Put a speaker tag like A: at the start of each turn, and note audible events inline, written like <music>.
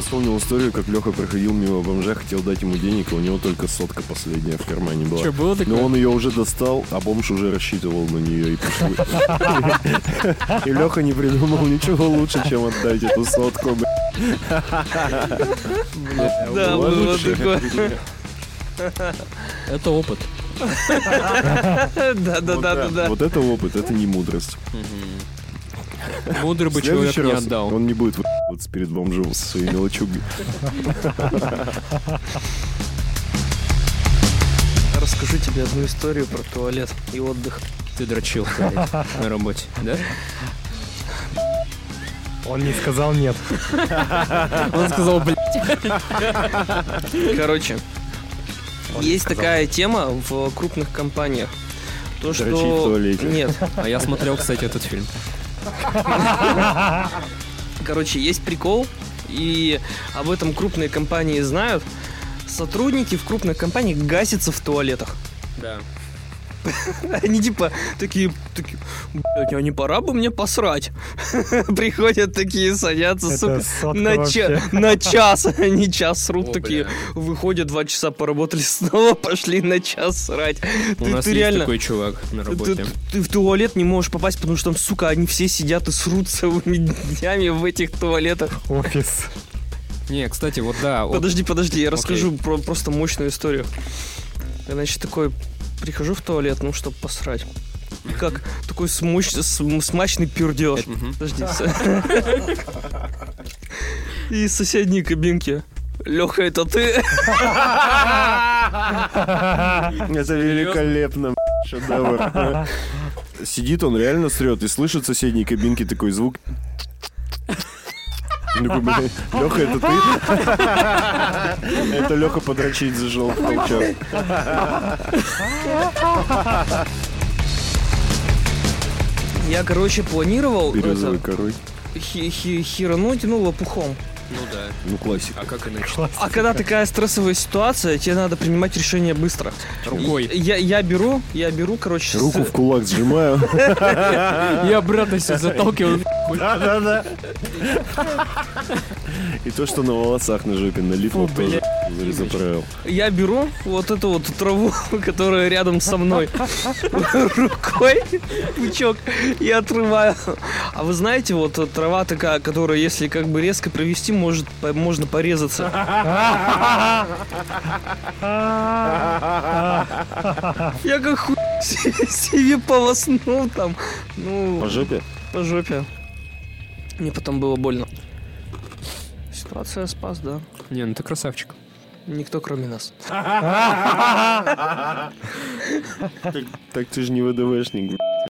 A: Вспомнил историю, как Леха проходил мимо бомжа, хотел дать ему денег, а у него только сотка последняя в кармане была.
B: Чё, было такое?
A: Но он ее уже достал, а бомж уже рассчитывал на нее и
B: <laughs>
A: пошли. И Леха не придумал ничего лучше, чем отдать эту сотку. бля.
C: Да,
A: было
C: было
A: лучше.
C: такое.
B: Это опыт.
C: Да, да, да,
A: Вот
C: да, да.
A: Вот это опыт, это не мудрость.
B: Мудрый бы
A: В следующий
B: человек не
A: раз
B: отдал.
A: Он не будет выебываться перед бомжом со своей мелочугой.
C: Расскажу тебе одну историю про туалет и отдых.
B: Ты дрочил блядь, на работе, да?
D: Он не сказал нет.
B: Он сказал, блядь.
C: Короче, есть такая тема в крупных компаниях. То,
A: Дрочить
C: что...
A: в туалете.
C: Нет.
B: А я смотрел, кстати, этот фильм.
C: Короче, есть прикол, и об этом крупные компании знают. Сотрудники в крупных компаниях гасятся в туалетах. <laughs>
B: Да.
C: Они типа такие, такие, блядь, а не пора бы мне посрать? <laughs> Приходят такие, садятся,
D: Это
C: сука,
D: сотка
C: на, ча-
D: вообще.
C: на час, <laughs> они час срут
B: О,
C: такие,
B: бля.
C: выходят, два часа поработали, <laughs> снова пошли на час срать.
B: У
C: Ты-
B: нас
C: ты
B: есть
C: реально-
B: такой чувак на
C: Ты,
B: работе.
C: ты- ты в туалет не можешь попасть, потому что там, сука, они все сидят и срут <laughs> целыми днями в этих туалетах.
D: Офис.
B: Не, кстати, вот да, вот
C: Подожди, подожди, я расскажу про просто мощную историю. Я, значит, такой прихожу в туалет, ну, чтобы посрать. И как такой смоч- см- смачный пердеж.
B: мгм.
C: Подожди. <laughs> с- И из соседней кабинки. Леха, это ты?
A: Это великолепно, б***ь, шедевр. <laughs> Сидит он, реально срет, и слышит в соседней кабинке такой звук. <laughs> Леха, это ты? Это Леха подрочить зажил в колчан.
C: Я, короче, планировал
A: Березовый
C: это,
A: корой.
C: хи- хи- херануть, ну, лопухом.
B: Ну да.
A: Ну, классика.
B: А как иначе?
C: А когда такая стрессовая ситуация, тебе надо принимать решение быстро.
B: Рукой.
C: Я, я беру, я беру, короче, с-
A: Руку в кулак сжимаю.
B: Я брата все заталкивал.
A: Да-да-да. И то, что на волосах на жопе налипло, тоже заправил.
C: Я беру вот эту вот траву, <laughs> которая рядом со мной, <laughs> рукой, пучок, и отрываю. А вы знаете, вот э, трава такая, которая, если как бы резко провести, может, по- можно порезаться. Я как хуй <laughs> себе полоснул там.
A: По
C: Ну,
A: жопе?
C: по жопе. Мне потом было больно. Ситуация спас, да.
B: Не, ну ты красавчик.
C: Никто кроме нас.
A: Так ты же не ВДВшник.